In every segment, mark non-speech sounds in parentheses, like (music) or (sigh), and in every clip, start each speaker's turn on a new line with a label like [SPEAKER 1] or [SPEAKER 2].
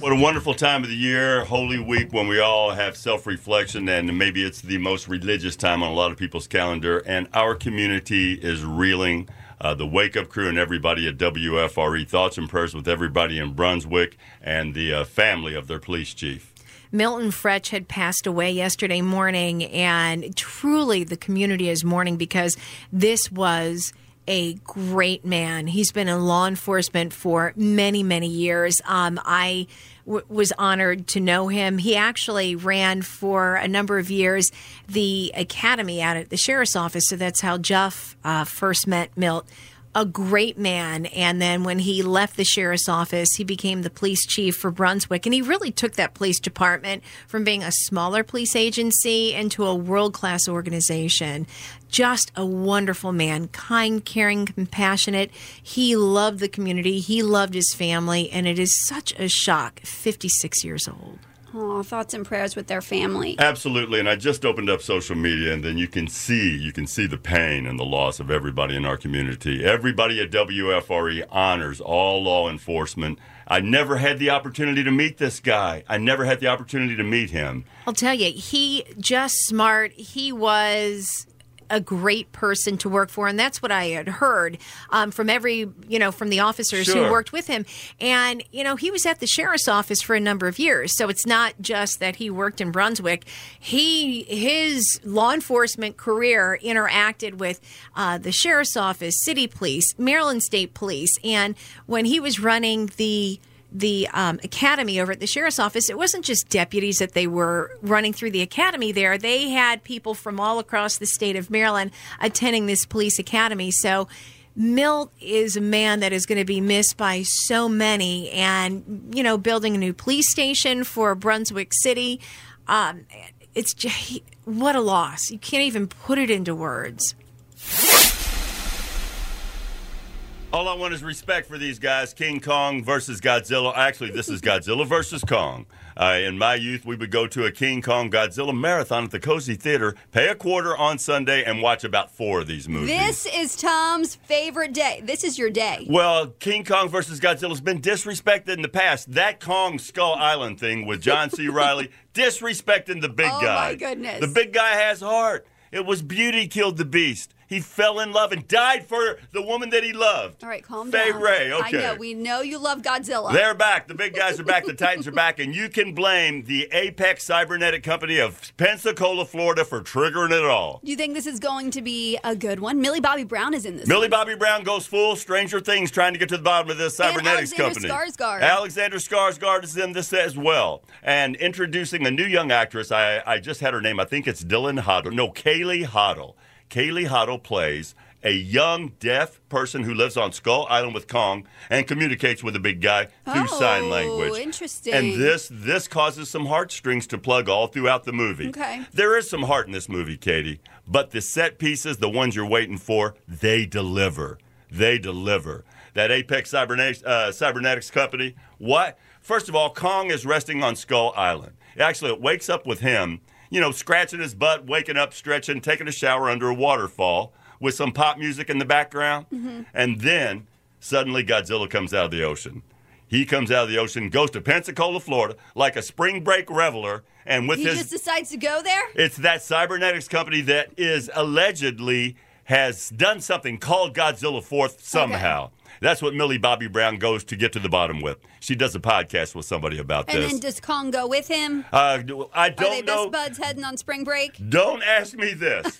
[SPEAKER 1] What a wonderful time of the year, Holy Week, when we all have self reflection, and maybe it's the most religious time on a lot of people's calendar. And our community is reeling. Uh, the Wake Up Crew and everybody at WFRE. E. Thoughts and prayers with everybody in Brunswick and the uh, family of their police chief.
[SPEAKER 2] Milton Fretch had passed away yesterday morning, and truly the community is mourning because this was a great man. He's been in law enforcement for many, many years. Um, I w- was honored to know him. He actually ran for a number of years the academy out at the sheriff's office, so that's how Jeff uh, first met Milt a great man. And then when he left the sheriff's office, he became the police chief for Brunswick. And he really took that police department from being a smaller police agency into a world class organization. Just a wonderful man, kind, caring, compassionate. He loved the community, he loved his family. And it is such a shock, 56 years old.
[SPEAKER 3] Oh, thoughts and prayers with their family.
[SPEAKER 1] Absolutely, and I just opened up social media, and then you can see you can see the pain and the loss of everybody in our community. Everybody at WFRE E honors all law enforcement. I never had the opportunity to meet this guy. I never had the opportunity to meet him.
[SPEAKER 2] I'll tell you, he just smart. He was a great person to work for, and that's what I had heard um, from every, you know, from the officers
[SPEAKER 1] Sure.
[SPEAKER 2] who worked with him. And you know, he was at the sheriff's office for a number of years, so it's not just that he worked in Brunswick. He his law enforcement career interacted with uh, the sheriff's office, city police, Maryland State Police, and when he was running the the um, academy over at the sheriff's office, it wasn't just deputies that they were running through the academy there. They had people from all across the state of Maryland attending this police academy. So Milt is a man that is going to be missed by so many. And, you know, building a new police station for Brunswick City, um, it's just, what a loss. You can't even put it into words.
[SPEAKER 1] All I want is respect for these guys. King Kong versus Godzilla. Actually, this is Godzilla versus Kong. Uh, in my youth, we would go to a King Kong Godzilla marathon at the Cozy Theater, pay a quarter on Sunday, and watch about four of these movies.
[SPEAKER 3] This is Tom's favorite day. This is your day.
[SPEAKER 1] Well, King Kong versus Godzilla's been disrespected in the past. That Kong Skull Island thing with John C. Riley disrespecting the big
[SPEAKER 3] Oh,
[SPEAKER 1] guy.
[SPEAKER 3] my goodness.
[SPEAKER 1] The big guy has heart. It was beauty killed the beast. He fell in love and died for the woman that he loved.
[SPEAKER 3] All right, calm
[SPEAKER 1] Faye
[SPEAKER 3] down.
[SPEAKER 1] Ray,
[SPEAKER 3] I
[SPEAKER 1] okay.
[SPEAKER 3] know. We know you love Godzilla.
[SPEAKER 1] They're back. The big guys are back. The Titans are back. And you can blame the Apex Cybernetic Company of Pensacola, Florida for triggering it all.
[SPEAKER 3] Do you think this is going to be a good one? Millie Bobby Brown is in this.
[SPEAKER 1] Millie Bobby Brown goes full Stranger Things trying to get to the bottom of this
[SPEAKER 3] And
[SPEAKER 1] cybernetics
[SPEAKER 3] Alexander
[SPEAKER 1] company.
[SPEAKER 3] Skarsgård.
[SPEAKER 1] Alexander Skarsgård is in this as well. And introducing a new young actress. I, I just had her name. I think it's Dylan Hoddle. No, Kaylee Hoddle. Kaylee Hoddle plays a young deaf person who lives on Skull Island with Kong and communicates with the big guy through
[SPEAKER 3] Oh,
[SPEAKER 1] sign language.
[SPEAKER 3] interesting.
[SPEAKER 1] And this this causes some heartstrings to plug all throughout the movie.
[SPEAKER 3] Okay.
[SPEAKER 1] There is some heart in this movie, Katie, but the set pieces, the ones you're waiting for, they deliver. They deliver. That Apex Cybernetics, uh, Cybernetics Company, what? First of all, Kong is resting on Skull Island. Actually, it wakes up with him, you know, scratching his butt, waking up, stretching, taking a shower under a waterfall with some pop music in the background.
[SPEAKER 3] Mm-hmm.
[SPEAKER 1] And then suddenly Godzilla comes out of the ocean. He comes out of the ocean, goes to Pensacola, Florida, like a spring break reveler, and with
[SPEAKER 3] he
[SPEAKER 1] his
[SPEAKER 3] just decides to go there.
[SPEAKER 1] it's that cybernetics company that is allegedly has done something called Godzilla Fourth somehow. That's what Millie Bobby Brown goes to get to the bottom with. She does a podcast with somebody about
[SPEAKER 3] And
[SPEAKER 1] this.
[SPEAKER 3] then does Kong go with him?
[SPEAKER 1] uh, do- I
[SPEAKER 3] Are they
[SPEAKER 1] don't
[SPEAKER 3] best
[SPEAKER 1] know.
[SPEAKER 3] buds heading on spring break?
[SPEAKER 1] Don't ask me this.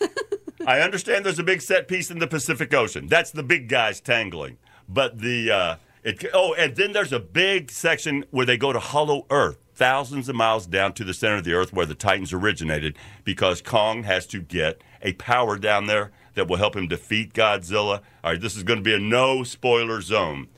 [SPEAKER 1] I understand there's a big set piece in the Pacific Ocean. That's the big guys tangling. But the uh, it, oh, and then there's a big section where they go to Hollow Earth, thousands of miles down to the center of the Earth where the Titans originated, because Kong has to get a power down there that will help him defeat Godzilla. All right, this is going to be a no spoiler zone.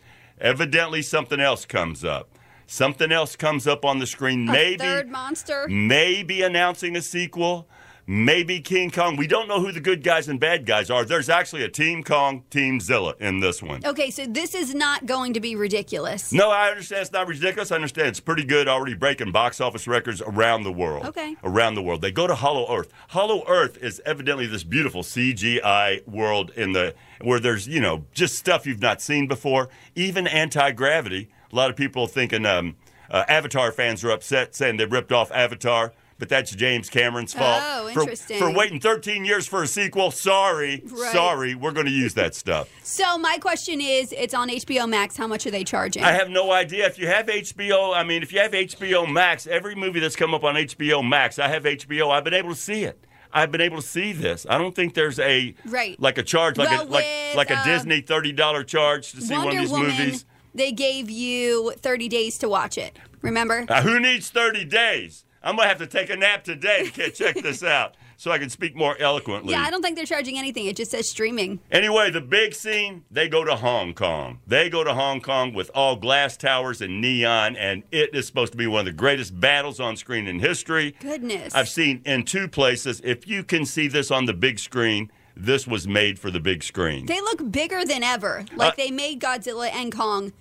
[SPEAKER 1] Evidently, something else comes up. Something else comes up on the screen. maybe
[SPEAKER 3] Third monster.
[SPEAKER 1] maybe announcing a sequel, maybe King Kong. We don't know who the good guys and bad guys are. There's actually a Team Kong, Team Zilla in this one.
[SPEAKER 3] Okay, so this is not going to be ridiculous.
[SPEAKER 1] No, I understand it's not ridiculous. I understand it's pretty good already breaking box office records around the world.
[SPEAKER 3] Okay.
[SPEAKER 1] Around the world. They go to Hollow Earth. Hollow Earth is evidently this beautiful CGI world in the where there's, you know, just stuff you've not seen before, even anti-gravity. A lot of people thinking um Uh, Avatar fans are upset, saying they ripped off Avatar, but that's James Cameron's fault
[SPEAKER 3] Oh,
[SPEAKER 1] for-
[SPEAKER 3] interesting.
[SPEAKER 1] For, waiting 13 years for a sequel. Sorry,
[SPEAKER 3] Right.
[SPEAKER 1] sorry, we're going to use that stuff.
[SPEAKER 3] So my question is, it's on HBO Max. How much are they charging?
[SPEAKER 1] I have no idea if you have HBO. I mean, if you have HBO Max, every movie that's come up on HBO Max, I have HBO. I've been able to see it. I've been able to see this. I don't think there's a
[SPEAKER 3] Right.
[SPEAKER 1] like a charge like
[SPEAKER 3] Well,
[SPEAKER 1] a like
[SPEAKER 3] with,
[SPEAKER 1] like a
[SPEAKER 3] uh,
[SPEAKER 1] Disney thirty dollar charge to see
[SPEAKER 3] Wonder
[SPEAKER 1] one of these
[SPEAKER 3] Woman.
[SPEAKER 1] movies.
[SPEAKER 3] They gave you 30 days to watch it. Remember?
[SPEAKER 1] Uh, who needs thirty days? I'm gonna have to take a nap today to get, check this out so I can speak more eloquently.
[SPEAKER 3] yeah, I don't think they're charging anything. It just says streaming.
[SPEAKER 1] Anyway, the big scene, they go to Hong Kong. They go to Hong Kong with all glass towers and neon, and it is supposed to be one of the greatest battles on screen in history.
[SPEAKER 3] Goodness.
[SPEAKER 1] I've seen in two places. If you can see this on the big screen, this was made for the big screen.
[SPEAKER 3] They look bigger than ever.
[SPEAKER 1] Uh,
[SPEAKER 3] Like they made Godzilla and Kong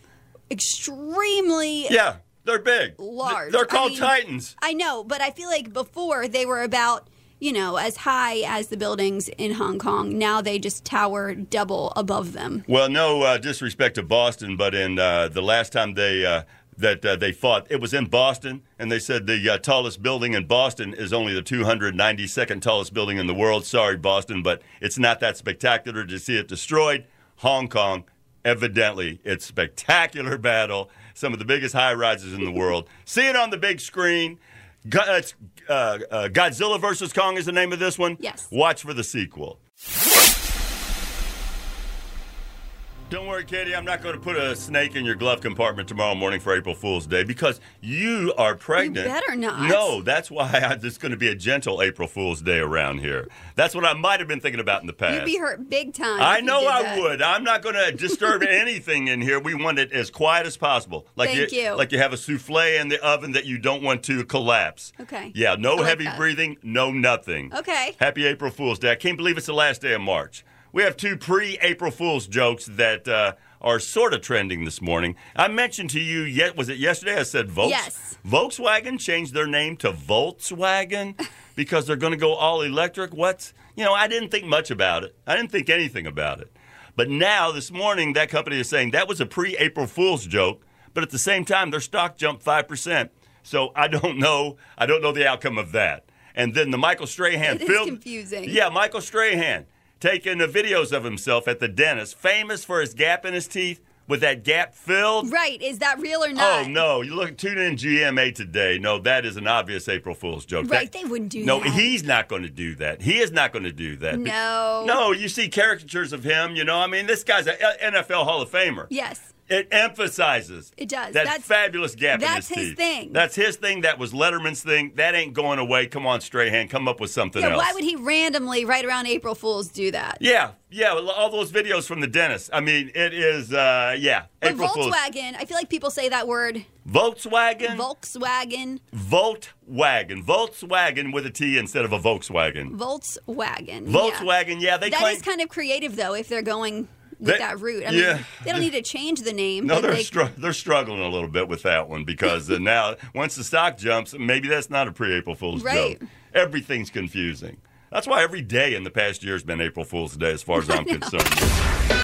[SPEAKER 3] extremely
[SPEAKER 1] yeah, they're big.
[SPEAKER 3] large.
[SPEAKER 1] They're
[SPEAKER 3] I
[SPEAKER 1] called
[SPEAKER 3] mean,
[SPEAKER 1] Titans.
[SPEAKER 3] I know, but I feel like before they were about, you know, as high as the buildings in Hong Kong. Now they just tower double above them.
[SPEAKER 1] Well, no uh, disrespect to Boston, but in uh, the last time they uh, that uh, they fought, it was in Boston, and they said the uh, tallest building in Boston is only the 292nd tallest building in the world. Sorry, Boston, but it's not that spectacular to see it destroyed. Hong Kong, evidently, it's spectacular (laughs) battle. Some of the biggest high rises in the world. see it on the big screen. Go- uh, it's, uh, uh, Godzilla versus Kong is the name of this one.
[SPEAKER 3] Yes.
[SPEAKER 1] Watch for the sequel. Don't worry, Katie. I'm not going to put a snake in your glove compartment tomorrow morning for April Fool's Day because you are pregnant.
[SPEAKER 3] better not.
[SPEAKER 1] No, that's why I, it's going to be a gentle April Fool's Day around here. That's what I might have been thinking about in the past.
[SPEAKER 3] You'd be hurt big time.
[SPEAKER 1] I
[SPEAKER 3] if you
[SPEAKER 1] know
[SPEAKER 3] did
[SPEAKER 1] I
[SPEAKER 3] that.
[SPEAKER 1] would. I'm not going to
[SPEAKER 3] (laughs)
[SPEAKER 1] disturb anything in here. We want it as quiet as possible. Like
[SPEAKER 3] Thank you.
[SPEAKER 1] Like you have a souffle in the oven that you don't want to collapse.
[SPEAKER 3] Okay.
[SPEAKER 1] Yeah, no
[SPEAKER 3] I like
[SPEAKER 1] heavy
[SPEAKER 3] that.
[SPEAKER 1] breathing, no nothing.
[SPEAKER 3] Okay.
[SPEAKER 1] Happy April Fool's Day. I can't believe it's the last day of March. We have two pre April Fool's jokes that uh, are sort of trending this morning. I mentioned to you, yet was it yesterday? I said Volks-
[SPEAKER 3] Yes.
[SPEAKER 1] Volkswagen changed their name to Volkswagen because they're going to go all electric. What's, you know, I didn't think much about it, I didn't think anything about it. But now, this morning, that company is saying that was a pre April Fool's joke, but at the same time, their stock jumped 5%. So I don't know. I don't know the outcome of that. And then the Michael Strahan
[SPEAKER 3] (laughs) It is
[SPEAKER 1] film-
[SPEAKER 3] confusing.
[SPEAKER 1] Yeah, Michael Strahan taking the videos of himself at the dentist, famous for his gap in his teeth, with that gap filled.
[SPEAKER 3] Right. Is that real or not?
[SPEAKER 1] Oh no! You look tune in GMA today. No, that is an obvious April Fool's joke.
[SPEAKER 3] Right,
[SPEAKER 1] That-
[SPEAKER 3] they wouldn't do
[SPEAKER 1] no,
[SPEAKER 3] that.
[SPEAKER 1] he's not going to do that. He is not going to do that. Be-
[SPEAKER 3] No.
[SPEAKER 1] No, you see caricatures of him. You know, I mean, this guy's an NFL Hall of Famer.
[SPEAKER 3] Yes.
[SPEAKER 1] It emphasizes.
[SPEAKER 3] It does.
[SPEAKER 1] That
[SPEAKER 3] That's-
[SPEAKER 1] fabulous gap
[SPEAKER 3] that's
[SPEAKER 1] in his,
[SPEAKER 3] his
[SPEAKER 1] teeth.
[SPEAKER 3] thing.
[SPEAKER 1] That's his thing. That was Letterman's thing. That ain't going away. Come on, Strahan, come up with something
[SPEAKER 3] Yeah,
[SPEAKER 1] else.
[SPEAKER 3] why would he randomly right around April Fools do that?
[SPEAKER 1] Yeah, yeah, well, all those videos from the dentist. I mean, it is, uh, yeah,
[SPEAKER 3] But
[SPEAKER 1] April Fool's.
[SPEAKER 3] Volkswagen, I feel like people say that word
[SPEAKER 1] Volkswagen?
[SPEAKER 3] Volkswagen,
[SPEAKER 1] Volkswagen. Volkswagen with a T instead of a Volkswagen.
[SPEAKER 3] Volkswagen. Yeah.
[SPEAKER 1] Volkswagen, yeah, they
[SPEAKER 3] That
[SPEAKER 1] claim.
[SPEAKER 3] is kind of creative though if they're going with
[SPEAKER 1] They-
[SPEAKER 3] that route. I
[SPEAKER 1] yeah.
[SPEAKER 3] mean, they don't need to change the name.
[SPEAKER 1] no,
[SPEAKER 3] but
[SPEAKER 1] they're,
[SPEAKER 3] they-
[SPEAKER 1] str- they're struggling a little bit with that one because uh, now, once the stock jumps, maybe that's not a pre April Fool's
[SPEAKER 3] Right.
[SPEAKER 1] joke. Everything's confusing. That's why every day in the past year has been April Fool's Day, as far
[SPEAKER 3] (laughs)
[SPEAKER 1] as I'm concerned.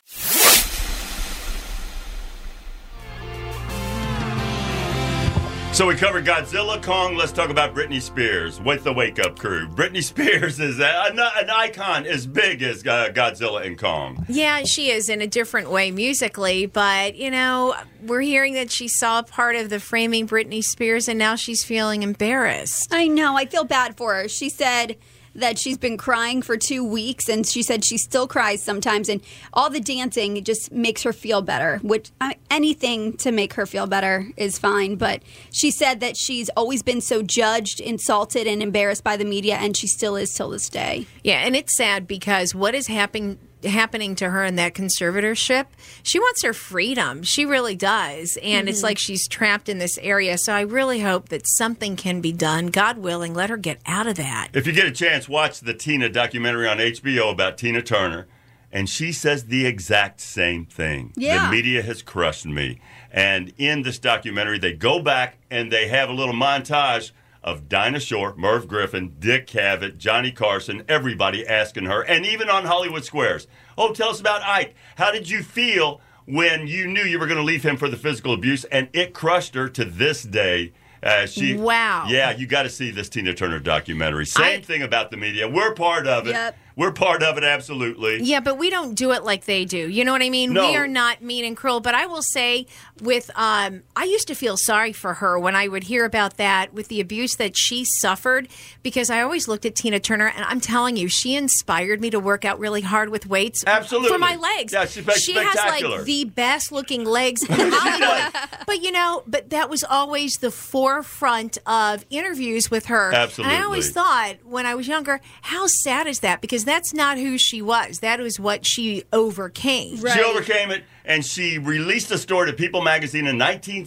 [SPEAKER 1] So we covered Godzilla, Kong. Let's talk about Britney Spears with the Wake Up Crew. Britney Spears is a, an, an icon as big as uh, Godzilla and Kong.
[SPEAKER 2] Yeah, she is in a different way musically, but you know, we're hearing that she saw part of the framing Britney Spears and now she's feeling embarrassed.
[SPEAKER 3] I know. I feel bad for her. She said that she's been crying for two weeks, and she said she still cries sometimes, and all the dancing just makes her feel better. Which I anything to make her feel better is fine. But she said that she's always been so judged, insulted, and embarrassed by the media, and she still is till this day.
[SPEAKER 2] Yeah, and it's sad because what is happening happening to her in that conservatorship? She wants her freedom. She really does. And it's like she's trapped in this area. So I really hope that something can be done. God willing, let her get out of that.
[SPEAKER 1] If you get a chance, watch the Tina documentary on HBO about Tina Turner. And she says the exact same thing.
[SPEAKER 3] Yeah.
[SPEAKER 1] The media has crushed me. And in this documentary, they go back and they have a little montage of Dinah Shore, Merv Griffin, Dick Cavett, Johnny Carson, everybody asking her, and even on Hollywood Squares, oh, tell us about Ike. How did you feel when you knew you were going to leave him for the physical abuse, and it crushed her to this day. Uh, she
[SPEAKER 2] Wow.
[SPEAKER 1] Yeah, you got to see this Tina Turner documentary. Same
[SPEAKER 2] I-
[SPEAKER 1] thing about the media. We're part of it.
[SPEAKER 3] Yep.
[SPEAKER 1] We're part of it absolutely.
[SPEAKER 2] Yeah, but we don't do it like they do. You know what I mean?
[SPEAKER 1] No.
[SPEAKER 2] We are not mean and cruel. But I will say, with um, I used to feel sorry for her when I would hear about that with the abuse that she suffered because I always looked at Tina Turner, and I'm telling you, she inspired me to work out really hard with weights.
[SPEAKER 1] Absolutely.
[SPEAKER 2] for my legs.
[SPEAKER 1] Yeah, she's spec-
[SPEAKER 2] she has
[SPEAKER 1] spectacular.
[SPEAKER 2] like the best
[SPEAKER 1] (laughs)
[SPEAKER 2] looking legs in Hollywood. but you know, but that was always the forefront of interviews with her. And I
[SPEAKER 1] Absolutely.
[SPEAKER 2] always thought thought when I was younger, how sad is that? Because that's not who she was. That was what she overcame.
[SPEAKER 3] Right.
[SPEAKER 1] She overcame it, and she released a story to People magazine in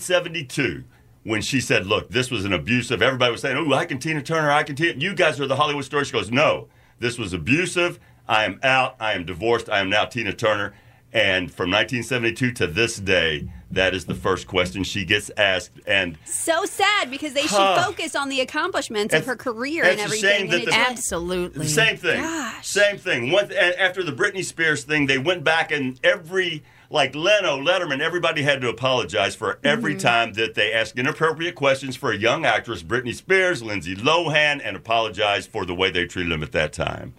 [SPEAKER 1] 1972 when she said, "Look, this was an abusive." Everybody was saying, "Oh, I can Tina Turner, I can Tina." You guys are the Hollywood story. She goes, "No, this was abusive. I am out. I am divorced. I am now Tina Turner." And from 1972 to this day, that is the first question she gets asked, and
[SPEAKER 3] So sad because they should focus on the accomplishments of
[SPEAKER 1] It's-
[SPEAKER 3] her career
[SPEAKER 1] it's
[SPEAKER 3] and
[SPEAKER 1] a
[SPEAKER 3] everything.
[SPEAKER 1] shame that
[SPEAKER 3] and it
[SPEAKER 1] the-
[SPEAKER 3] just-
[SPEAKER 2] Absolutely.
[SPEAKER 1] Same thing.
[SPEAKER 3] Gosh.
[SPEAKER 1] Same thing. One, a- after the Britney Spears thing, they went back and every like Leno, Letterman, everybody had to apologize for every time that they asked inappropriate questions for a young actress, Britney Spears, Lindsay Lohan, and apologize for the way they treated them at that time.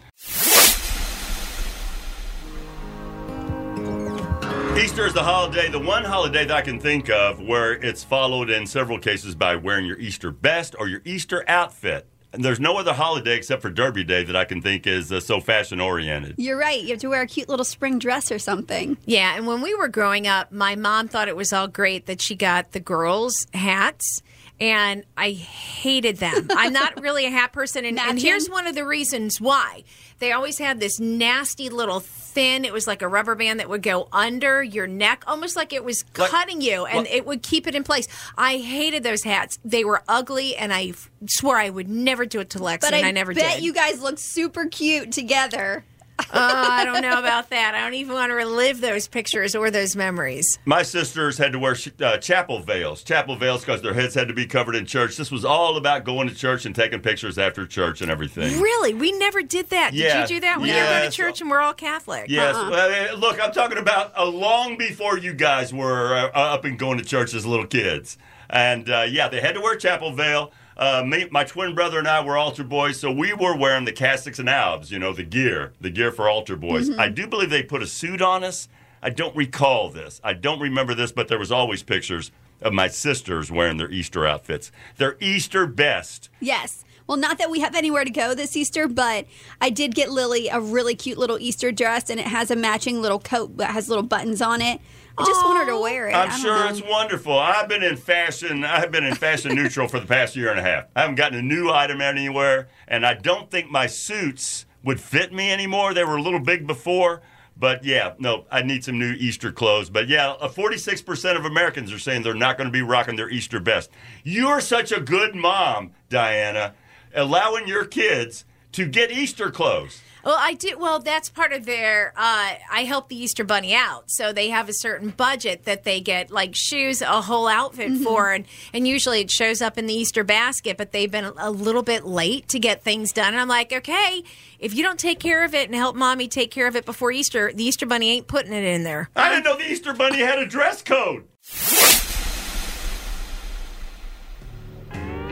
[SPEAKER 1] Easter is the holiday, the one holiday that I can think of where it's followed in several cases by wearing your Easter best or your Easter outfit. And there's no other holiday except for Derby Day that I can think is uh, so fashion oriented.
[SPEAKER 3] You're right. You have to wear a cute little spring dress or something.
[SPEAKER 2] Yeah, and when we were growing up, my mom thought it was all great that she got the girls' hats. And I hated them. I'm
[SPEAKER 3] (laughs)
[SPEAKER 2] not really a hat person. And, and
[SPEAKER 3] Matching?
[SPEAKER 2] here's one of the reasons why. They always had this nasty little thin, it was like a rubber band that would go under your neck, almost like it was
[SPEAKER 1] Like-
[SPEAKER 2] cutting you, and
[SPEAKER 1] Like-
[SPEAKER 2] it would keep it in place. I hated those hats. They were ugly, and I f- swore I would never do it to Lexi,
[SPEAKER 3] But
[SPEAKER 2] and
[SPEAKER 3] I,
[SPEAKER 2] I, never
[SPEAKER 3] bet
[SPEAKER 2] did.
[SPEAKER 3] you guys look super cute together.
[SPEAKER 2] oh, I don't know about that. I don't even want to relive those pictures or those memories.
[SPEAKER 1] My sisters had to wear sh- uh, chapel veils, chapel veils because their heads had to be covered in church. This was all about going to church and taking pictures after church and everything.
[SPEAKER 2] Really? We never did that.
[SPEAKER 1] Yeah.
[SPEAKER 2] Did you do that? We
[SPEAKER 1] Yeah.
[SPEAKER 2] never go to church and we're all Catholic.
[SPEAKER 1] Yes. Well, uh, look, I'm talking about uh, long before you guys were uh, up and going to church as little kids. And uh, yeah, they had to wear chapel veil. Uh, me, my twin brother and I were altar boys, so we were wearing the cassocks and albs, you know, the gear, the gear for altar boys. I do believe they put a suit on us. I don't recall this. I don't remember this, but there was always pictures of my sisters wearing their Easter outfits, their Easter best.
[SPEAKER 3] Yes. Well, not that we have anywhere to go this Easter, but I did get Lily a really cute little Easter dress, and it has a matching little coat that has little buttons on it. I just want her to wear it. I
[SPEAKER 1] I'm
[SPEAKER 3] don't
[SPEAKER 1] sure
[SPEAKER 3] know.
[SPEAKER 1] it's wonderful. I've been in fashion. I've been in
[SPEAKER 3] (laughs)
[SPEAKER 1] fashion neutral for the past year and a half. I haven't gotten a new item anywhere, and I don't think my suits would fit me anymore. They were a little big before, but yeah, no, I need some new Easter clothes. But yeah, uh, 46% of Americans are saying they're not going to be rocking their Easter best. You're such a good mom, Diana, allowing your kids to get Easter clothes.
[SPEAKER 2] Well, I do. Well, that's part of their. Uh, I help the Easter Bunny out, so they have a certain budget that they get like shoes, a whole outfit for, and and usually it shows up in the Easter basket. But they've been a, a little bit late to get things done, and I'm like, okay, if you don't take care of it and help mommy take care of it before Easter, the Easter Bunny ain't putting it in there.
[SPEAKER 1] I didn't know the Easter Bunny had a dress code.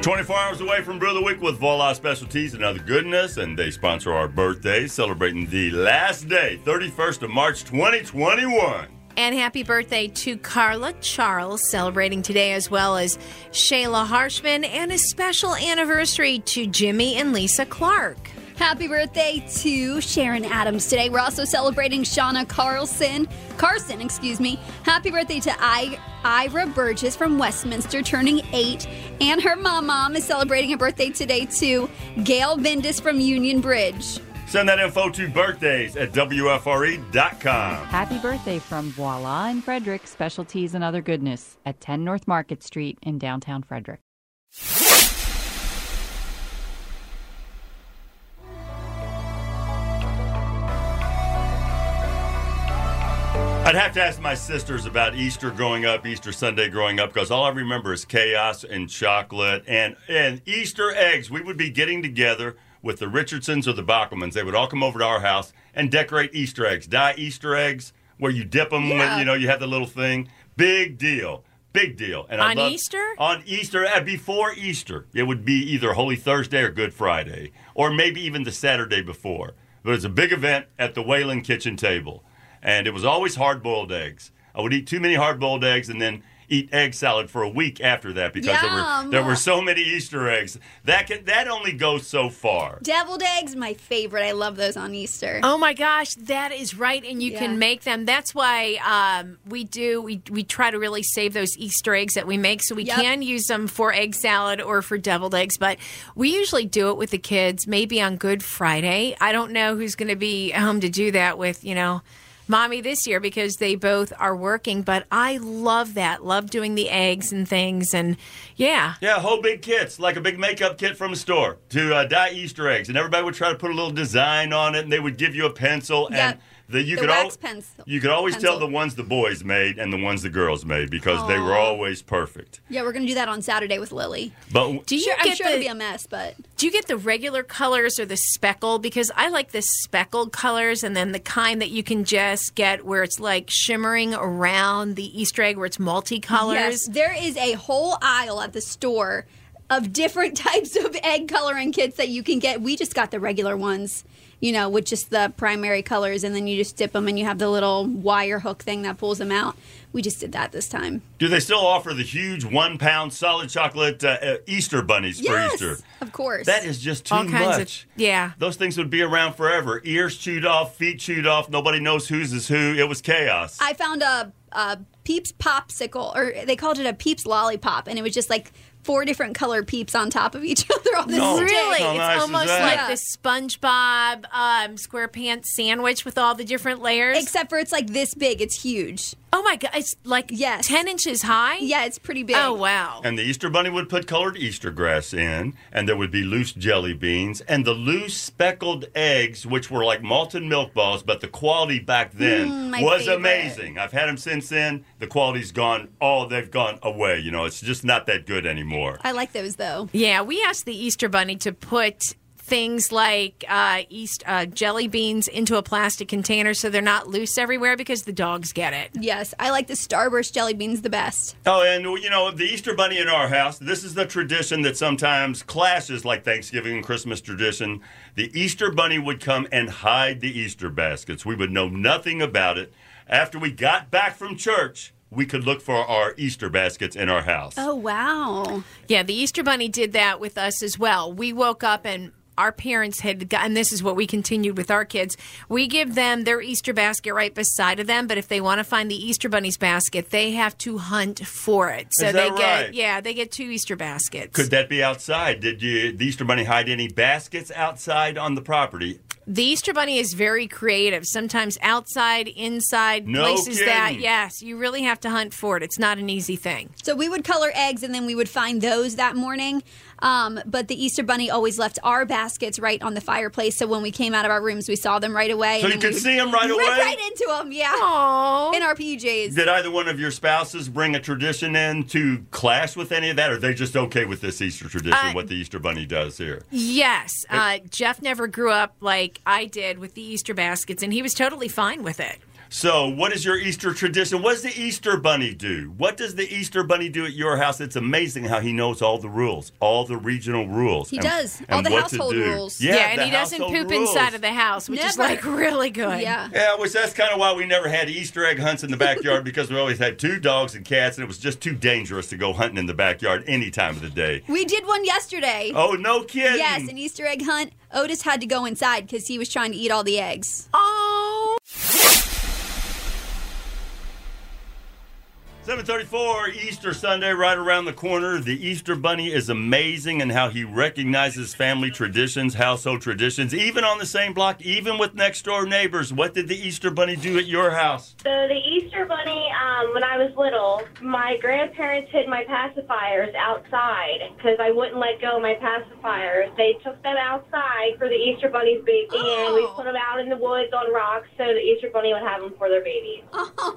[SPEAKER 1] 24 hours away from Brew of the Week with Voila Specialties and Other Goodness, and they sponsor our birthday, celebrating the last day, 31st of March 2021.
[SPEAKER 2] And happy birthday to Carla Charles, celebrating today, as well as Shayla Harshman, and a special anniversary to Jimmy and Lisa Clark.
[SPEAKER 3] Happy birthday to Sharon Adams today. We're also celebrating Shauna Carlson, Carson, excuse me. Happy birthday to I, Ira Burgess from Westminster, turning eight, and her mom mom is celebrating a birthday today too. Gail Bendis from Union Bridge.
[SPEAKER 1] Send that info to birthdays at E WFRE.com.
[SPEAKER 4] Happy birthday from Voila and Frederick Specialties and Other Goodness at 10 North Market Street in downtown Frederick.
[SPEAKER 1] I'd have to ask my sisters about Easter growing up, Easter Sunday growing up, because all I remember is chaos and chocolate and, and Easter eggs. We would be getting together with the Richardsons or the Bachelmans. They would all come over to our house and decorate Easter eggs, dye Easter eggs. where you dip them
[SPEAKER 2] Yeah.
[SPEAKER 1] when you know you have the little thing. Big deal. Big deal. And I
[SPEAKER 2] On
[SPEAKER 1] love-
[SPEAKER 2] Easter?
[SPEAKER 1] On Easter, uh, before Easter, it would be either Holy Thursday or Good Friday, or maybe even the Saturday before. But it's a big event at the Whalen kitchen table, and it was always hard-boiled eggs. I would eat too many hard-boiled eggs, and then eat egg salad for a week after that because there were
[SPEAKER 3] Yum.
[SPEAKER 1] there were so many Easter eggs that can, that only goes so far.
[SPEAKER 3] Deviled eggs, my favorite. I love those on Easter.
[SPEAKER 2] Oh my gosh, that is right, and you
[SPEAKER 3] Yeah.
[SPEAKER 2] can make them. That's why um, we do. We we try to really save those Easter eggs that we make, so we
[SPEAKER 3] Yep.
[SPEAKER 2] can use them for egg salad or for deviled eggs. But we usually do it with the kids, maybe on Good Friday. I don't know who's going to be home to do that with. You know. Mommy this year because they both are working, but I love that. Love doing the eggs and things, and yeah,
[SPEAKER 1] Yeah, whole big kits, like a big makeup kit from a store to uh, dye Easter eggs, and everybody would try to put a little design on it, and they would give you a pencil, and
[SPEAKER 3] Yep.
[SPEAKER 1] the, you
[SPEAKER 3] The
[SPEAKER 1] could
[SPEAKER 3] wax
[SPEAKER 1] al-
[SPEAKER 3] pencil-
[SPEAKER 1] you could always tell
[SPEAKER 3] pencil.
[SPEAKER 1] the ones the boys made and the ones the girls made because they were always perfect.
[SPEAKER 3] Yeah, we're gonna do that on Saturday with Lily.
[SPEAKER 1] But w-
[SPEAKER 2] do you
[SPEAKER 3] Sure,
[SPEAKER 2] get
[SPEAKER 3] I'm sure
[SPEAKER 2] the,
[SPEAKER 3] it'll be a mess, but
[SPEAKER 2] Do you get the regular colors or the speckle? Because I like the speckled colors and then the kind that you can just get where it's like shimmering around the Easter egg where it's multicolors.
[SPEAKER 3] yes, there is a whole aisle at the store of different (laughs) types of egg coloring kits that you can get. We just got the regular ones, you know, with just the primary colors, and then you just dip them, and you have the little wire hook thing that pulls them out. We just did that this time.
[SPEAKER 1] do they still offer the huge one pound solid chocolate uh, uh, Easter bunnies
[SPEAKER 3] yes,
[SPEAKER 1] for Easter?
[SPEAKER 3] of course.
[SPEAKER 1] That is just too
[SPEAKER 2] All kinds
[SPEAKER 1] much.
[SPEAKER 2] of yeah.
[SPEAKER 1] Those things would be around forever. Ears chewed off, feet chewed off. Nobody knows whose is who. It was chaos.
[SPEAKER 3] I found a, a Peeps popsicle, or they called it a Peeps lollipop, and it was just like four different color Peeps on top of each (laughs) other on this
[SPEAKER 1] No.
[SPEAKER 3] stick.
[SPEAKER 2] Really,
[SPEAKER 1] Oh, How
[SPEAKER 2] it's
[SPEAKER 1] nice is
[SPEAKER 2] almost
[SPEAKER 1] that?
[SPEAKER 2] like
[SPEAKER 3] Yeah.
[SPEAKER 2] the SpongeBob um, SquarePants sandwich with all the different layers.
[SPEAKER 3] Except for it's like this big. It's huge.
[SPEAKER 2] oh my god, it's like
[SPEAKER 3] Yes.
[SPEAKER 2] ten inches high.
[SPEAKER 3] Yeah, it's pretty big.
[SPEAKER 2] Oh wow.
[SPEAKER 1] And the Easter Bunny would put colored Easter grass in, and there would be loose jelly beans, and the loose speckled eggs, which were like malted milk balls, but the quality back then
[SPEAKER 3] Mm, my
[SPEAKER 1] was
[SPEAKER 3] favorite.
[SPEAKER 1] amazing. I've had them since then. The quality's gone, oh, they've gone away. You know, it's just not that good anymore.
[SPEAKER 3] I like those though.
[SPEAKER 2] Yeah, we asked the Easter Bunny to put things like uh, East uh, jelly beans into a plastic container so they're not loose everywhere because the dogs get it.
[SPEAKER 3] Yes, I like the Starburst jelly beans the best.
[SPEAKER 1] Oh, and you know, the Easter Bunny in our house, this is the tradition that sometimes clashes like Thanksgiving and Christmas tradition. The Easter Bunny would come and hide the Easter baskets. We would know nothing about it. After we got back from church, we could look for our Easter baskets in our house.
[SPEAKER 3] Oh wow.
[SPEAKER 2] Yeah, the Easter Bunny did that with us as well. We woke up and our parents had gotten this is what we continued with our kids. We give them their Easter basket right beside of them, but if they want to find the Easter Bunny's basket, they have to hunt for it. So
[SPEAKER 1] Is that
[SPEAKER 2] they
[SPEAKER 1] right?
[SPEAKER 2] get yeah, they get two Easter baskets.
[SPEAKER 1] Could that be outside? Did you, the Easter Bunny hide any baskets outside on the property?
[SPEAKER 2] The Easter Bunny is very creative. Sometimes outside, inside,
[SPEAKER 1] No
[SPEAKER 2] places that,
[SPEAKER 1] kidding.
[SPEAKER 2] yes, you really have to hunt for it. It's not an easy thing.
[SPEAKER 3] So we would color eggs and then we would find those that morning. Um, but the Easter Bunny always left our baskets right on the fireplace, so when we came out of our rooms, we saw them right away.
[SPEAKER 1] So
[SPEAKER 3] and
[SPEAKER 1] you
[SPEAKER 3] then
[SPEAKER 1] could
[SPEAKER 3] we
[SPEAKER 1] see 'em right
[SPEAKER 3] rip
[SPEAKER 1] away?
[SPEAKER 3] Right into them, yeah.
[SPEAKER 2] Oh,
[SPEAKER 3] In our PJs.
[SPEAKER 1] Did either one of your spouses bring a tradition in to clash with any of that, or are they just okay with this Easter tradition,
[SPEAKER 2] Uh,
[SPEAKER 1] what the Easter Bunny does here?
[SPEAKER 2] yes. Uh, Jeff never grew up like I did with the Easter baskets, and he was totally fine with it.
[SPEAKER 1] So, what is your Easter tradition? What does the Easter Bunny do? What does the Easter Bunny do at your house? It's amazing how he knows all the rules, all the regional rules.
[SPEAKER 3] He does. All the
[SPEAKER 1] what to
[SPEAKER 3] household
[SPEAKER 1] do.
[SPEAKER 3] rules.
[SPEAKER 1] Yeah,
[SPEAKER 2] and
[SPEAKER 1] the
[SPEAKER 2] he doesn't
[SPEAKER 1] household
[SPEAKER 2] poop
[SPEAKER 1] rules.
[SPEAKER 2] inside of the house, which is
[SPEAKER 3] Never.
[SPEAKER 2] like really good.
[SPEAKER 3] yeah.
[SPEAKER 1] Yeah, which that's kind of why we never had Easter egg hunts in the backyard because we always had two dogs and cats, and it was just too dangerous to go hunting in the backyard any time of the day.
[SPEAKER 3] We did one yesterday.
[SPEAKER 1] Oh, no kidding.
[SPEAKER 3] Yes, an Easter egg hunt. Otis had to go inside because he was trying to eat all the eggs.
[SPEAKER 2] Oh,
[SPEAKER 1] 734 Easter Sunday right around the corner. The Easter Bunny is amazing in how he recognizes family traditions, household traditions, even on the same block, even with next door neighbors. What did the Easter Bunny do at your house?
[SPEAKER 5] So the Easter Bunny, um, when I was little, my grandparents hid my pacifiers outside because I wouldn't let go of my pacifiers. They took them outside for the Easter Bunny's baby, and we
[SPEAKER 3] Oh.
[SPEAKER 5] put them out in the woods on rocks so the Easter Bunny would have them for their babies.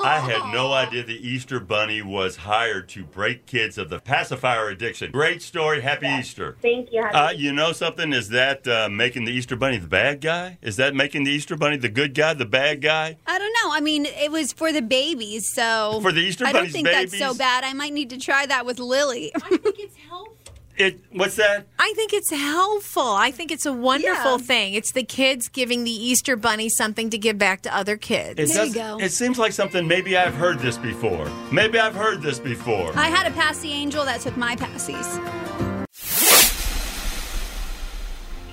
[SPEAKER 1] I had no idea the Easter Bunny was hired to break kids of the pacifier addiction. Great story. Happy Easter.
[SPEAKER 5] Thank you. Happy
[SPEAKER 1] Uh, you know something? Is that uh, making the Easter Bunny the bad guy? Is that making the Easter Bunny the good guy, the bad guy?
[SPEAKER 3] I don't know. I mean, it was for the babies, so
[SPEAKER 1] For the Easter
[SPEAKER 3] I don't
[SPEAKER 1] Bunny's
[SPEAKER 3] think that's so
[SPEAKER 1] babies?
[SPEAKER 3] bad. I might need to try that with Lily. (laughs)
[SPEAKER 6] I think it's health.
[SPEAKER 1] It. What's that?
[SPEAKER 2] I think it's helpful. I think it's a wonderful
[SPEAKER 3] Yeah.
[SPEAKER 2] thing. It's the kids giving the Easter bunny something to give back to other kids.
[SPEAKER 1] It
[SPEAKER 3] There you
[SPEAKER 1] does-
[SPEAKER 3] go.
[SPEAKER 1] It seems like something. Maybe I've heard this before. Maybe I've heard this before.
[SPEAKER 3] I had a passy angel that took my passies.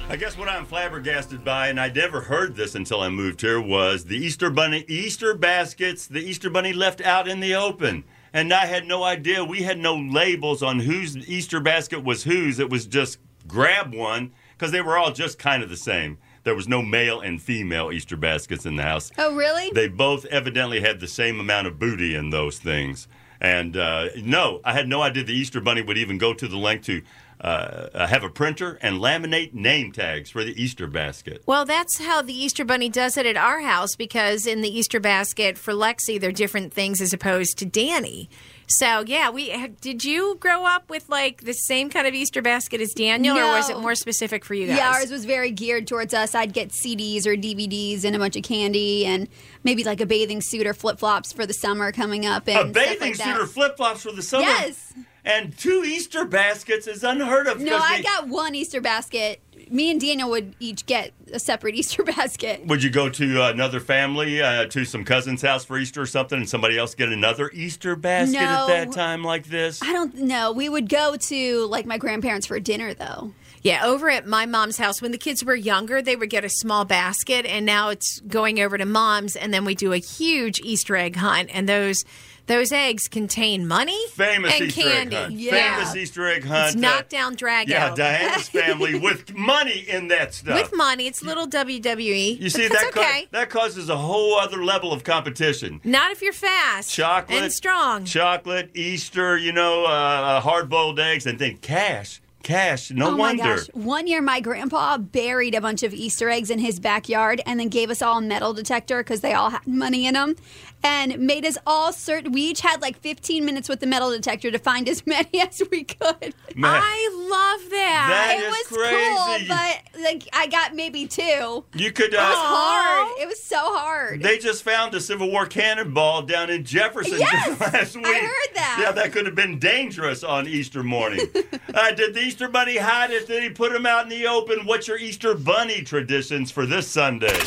[SPEAKER 1] I guess what I'm flabbergasted by, and I never heard this until I moved here, was the Easter Bunny, Easter baskets, the Easter Bunny left out in the open. And I had no idea. We had no labels on whose Easter basket was whose. It was just grab one because they were all just kind of the same. There was no male and female Easter baskets in the house.
[SPEAKER 3] Oh, really?
[SPEAKER 1] They both evidently had the same amount of booty in those things. And uh, no, I had no idea the Easter Bunny would even go to the length to uh, uh, have a printer and laminate name tags for the Easter basket.
[SPEAKER 2] Well, that's how the Easter Bunny does it at our house because in the Easter basket for Lexi, they're different things as opposed to Danny. So, yeah, we did you grow up with like the same kind of Easter basket as Daniel, or was
[SPEAKER 3] No.
[SPEAKER 2] it more specific for you guys?
[SPEAKER 3] yeah, ours was very geared towards us. I'd get CDs or DVDs and a bunch of candy and maybe like a bathing suit or flip flops for the summer coming up. And
[SPEAKER 1] A
[SPEAKER 3] stuff like
[SPEAKER 1] bathing suit
[SPEAKER 3] that.
[SPEAKER 1] or flip flops for the summer.
[SPEAKER 3] Yes.
[SPEAKER 1] And two Easter baskets is unheard of.
[SPEAKER 3] No,
[SPEAKER 1] 'cause
[SPEAKER 3] I
[SPEAKER 1] they-
[SPEAKER 3] got one Easter basket. Me and Daniel would each get a separate (laughs) Easter basket.
[SPEAKER 1] Would you go to uh, another family, uh, to some cousin's house for Easter or something, and somebody else get another Easter basket at
[SPEAKER 3] No.
[SPEAKER 1] that time like this?
[SPEAKER 3] I don't know. We would go to like my grandparents for dinner though.
[SPEAKER 2] Yeah, over at my mom's house, when the kids were younger, they would get a small basket, and now it's going over to mom's, and then we do a huge Easter egg hunt, and those those eggs contain money
[SPEAKER 1] Famous
[SPEAKER 2] and
[SPEAKER 1] Easter
[SPEAKER 2] candy.
[SPEAKER 1] egg hunt.
[SPEAKER 2] Yeah.
[SPEAKER 1] Famous Easter egg hunt.
[SPEAKER 2] It's
[SPEAKER 1] uh,
[SPEAKER 2] knockdown drag
[SPEAKER 1] Yeah,
[SPEAKER 2] out.
[SPEAKER 1] Diana's
[SPEAKER 3] (laughs)
[SPEAKER 1] family with money in that stuff.
[SPEAKER 2] With money, it's little WWE.
[SPEAKER 1] You see
[SPEAKER 2] but that's
[SPEAKER 1] that ca-
[SPEAKER 2] okay.
[SPEAKER 1] that causes a whole other level of competition.
[SPEAKER 2] Not if you're fast,
[SPEAKER 1] Chocolate,
[SPEAKER 2] and strong.
[SPEAKER 1] Chocolate, Easter, you know, uh, uh, hard-boiled eggs, and then cash, cash. No
[SPEAKER 3] oh
[SPEAKER 1] wonder.
[SPEAKER 3] my gosh. One year my grandpa buried a bunch of Easter eggs in his backyard and then gave us all a metal detector because they all had money in them and made us all search. We each had like 15 minutes with the metal detector to find as (laughs) many as we could.
[SPEAKER 1] Man,
[SPEAKER 2] I love that.
[SPEAKER 1] That
[SPEAKER 3] it
[SPEAKER 1] is
[SPEAKER 3] was
[SPEAKER 1] crazy.
[SPEAKER 3] cool, but like I got maybe two.
[SPEAKER 1] you could.
[SPEAKER 3] It
[SPEAKER 1] Uh,
[SPEAKER 3] was hard. It was so hard.
[SPEAKER 1] they just found a Civil War cannonball down in Jefferson (laughs)
[SPEAKER 3] Yes,
[SPEAKER 1] just last week.
[SPEAKER 3] heard that.
[SPEAKER 1] Yeah, that could have been dangerous on Easter
[SPEAKER 3] (laughs)
[SPEAKER 1] morning. uh, did the Easter Bunny hide it? Did he put him out in the open? What's your Easter Bunny traditions for this Sunday?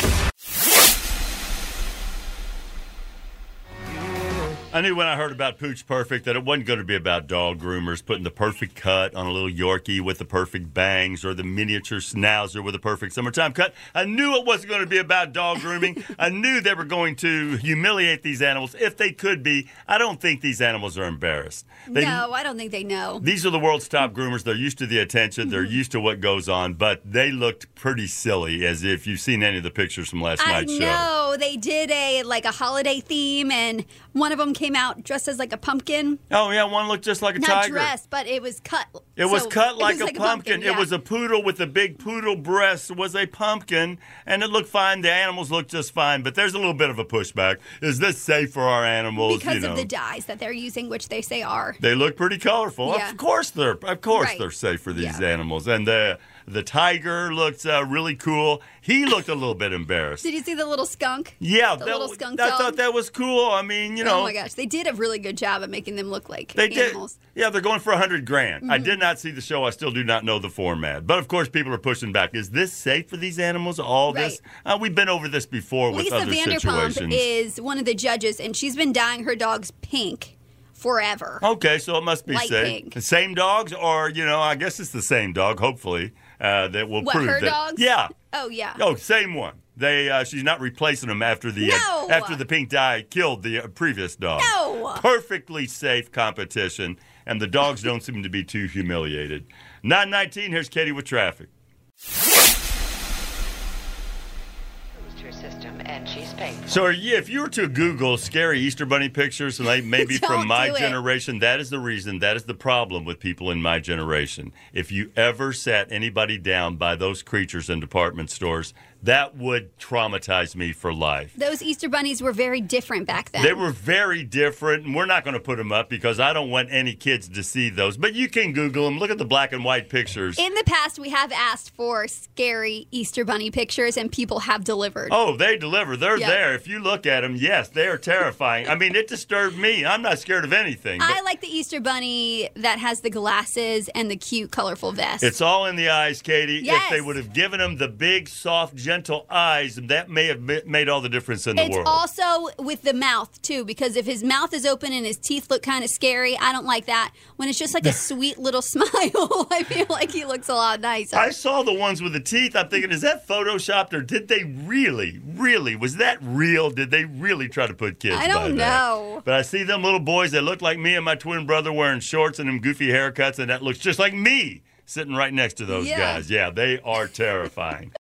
[SPEAKER 1] I knew when I heard about Pooch Perfect that it wasn't going to be about dog groomers putting the perfect cut on a little Yorkie with the perfect bangs or the miniature schnauzer with a perfect summertime cut. I knew it wasn't going to be about dog grooming. I knew they were going to humiliate these animals if they could be. I don't think these animals are embarrassed. They,
[SPEAKER 3] no, I don't think they know.
[SPEAKER 1] These are the world's top groomers. They're used to the attention, they're
[SPEAKER 3] Mm-hmm.
[SPEAKER 1] used to what goes on, but they looked pretty silly as if you've seen any of the pictures from last
[SPEAKER 3] I
[SPEAKER 1] night's show.
[SPEAKER 3] know they did a like a holiday theme, and one of them came out dressed as like a pumpkin,
[SPEAKER 1] Oh, yeah, one looked just like a
[SPEAKER 3] not
[SPEAKER 1] tiger.
[SPEAKER 3] dressed, but it was cut.
[SPEAKER 1] It was
[SPEAKER 3] so
[SPEAKER 1] cut
[SPEAKER 3] it
[SPEAKER 1] like,
[SPEAKER 3] was
[SPEAKER 1] a, pumpkin. It
[SPEAKER 3] yeah.
[SPEAKER 1] was a poodle with a big poodle breast. It was a pumpkin, and it looked fine. The animals looked just fine, but there's a little bit of a pushback. Is this safe for our animals?
[SPEAKER 3] because
[SPEAKER 1] you know,
[SPEAKER 3] of the dyes that they're using, which they say are.
[SPEAKER 1] they look pretty colorful.
[SPEAKER 3] Yeah.
[SPEAKER 1] Of course they're of course
[SPEAKER 3] Right.
[SPEAKER 1] they're safe for these
[SPEAKER 3] Yeah.
[SPEAKER 1] animals. And the the tiger looked uh, really cool. He looked a little bit embarrassed.
[SPEAKER 3] Did you see the little skunk?
[SPEAKER 1] yeah,
[SPEAKER 3] the
[SPEAKER 1] that
[SPEAKER 3] little
[SPEAKER 1] was-
[SPEAKER 3] skunk
[SPEAKER 1] I
[SPEAKER 3] dog?
[SPEAKER 1] thought that was cool. I mean, you know,
[SPEAKER 3] Oh my gosh, they did a really good job of making them look like
[SPEAKER 1] They
[SPEAKER 3] animals. Mm-hmm.
[SPEAKER 1] did. Yeah, they're going for a hundred grand. I did not see the show. I still do not know the format. But of course, people are pushing back. Is this safe for these animals? All this? Uh, we've been over this before with
[SPEAKER 3] Lisa
[SPEAKER 1] other
[SPEAKER 3] Vanderpump
[SPEAKER 1] situations.
[SPEAKER 3] is one of the judges, and she's been dyeing her dogs pink forever.
[SPEAKER 1] okay, so it must be
[SPEAKER 3] Light
[SPEAKER 1] safe.
[SPEAKER 3] pink.
[SPEAKER 1] The Same dogs, or you know, I guess it's the same dog. Hopefully, uh, that will
[SPEAKER 3] what
[SPEAKER 1] prove
[SPEAKER 3] her
[SPEAKER 1] that.
[SPEAKER 3] dogs?
[SPEAKER 1] Yeah.
[SPEAKER 3] Oh yeah.
[SPEAKER 1] Oh, same one. They uh, she's not replacing them after the uh,
[SPEAKER 3] No!
[SPEAKER 1] after the pink dye killed the uh, previous dog.
[SPEAKER 3] No!
[SPEAKER 1] perfectly safe competition, and the dogs don't seem to be too humiliated. Nine nineteen. Here's Katie with traffic.
[SPEAKER 7] Closed her system and she's painful.
[SPEAKER 1] So, are you, if you were to Google scary Easter Bunny pictures, and they
[SPEAKER 3] (laughs)
[SPEAKER 1] maybe from
[SPEAKER 3] Don't
[SPEAKER 1] my
[SPEAKER 3] do it.
[SPEAKER 1] generation, that is the reason, that is the problem with people in my generation. If you ever sat anybody down by those creatures in department stores, That would traumatize me for life.
[SPEAKER 3] Those Easter bunnies were very different back then.
[SPEAKER 1] They were very different, and we're not going to put them up because I don't want any kids to see those. But you can Google them. Look at the black and white pictures.
[SPEAKER 3] In the past, we have asked for scary Easter bunny pictures, and people have delivered.
[SPEAKER 1] Oh, they deliver. They're
[SPEAKER 3] Yeah.
[SPEAKER 1] there. If you look at them, yes, they are terrifying. I mean, it disturbed me. I'm not scared of anything. but-
[SPEAKER 3] I like the Easter bunny that has the glasses and the cute, colorful vest.
[SPEAKER 1] It's all in the eyes, Katie. If
[SPEAKER 3] Yes.
[SPEAKER 1] they would have given him the big, soft, gentle eyes, that may have ma- made all the difference in the
[SPEAKER 3] It's
[SPEAKER 1] world.
[SPEAKER 3] also with the mouth too, because if his mouth is open and his teeth look kind of scary, I don't like that. When it's just like
[SPEAKER 1] (laughs)
[SPEAKER 3] a sweet little (laughs) smile, I feel like he looks a lot nicer.
[SPEAKER 1] I saw the ones with the teeth. I'm thinking, is that photoshopped or did they really, really, was that real? Did they really try to put kids?
[SPEAKER 3] I don't
[SPEAKER 1] by that?
[SPEAKER 3] know.
[SPEAKER 1] But I see them little boys that look like me and my twin brother wearing shorts and them goofy haircuts, and that looks just like me sitting right next to those
[SPEAKER 3] Yeah.
[SPEAKER 1] guys. Yeah, they are terrifying.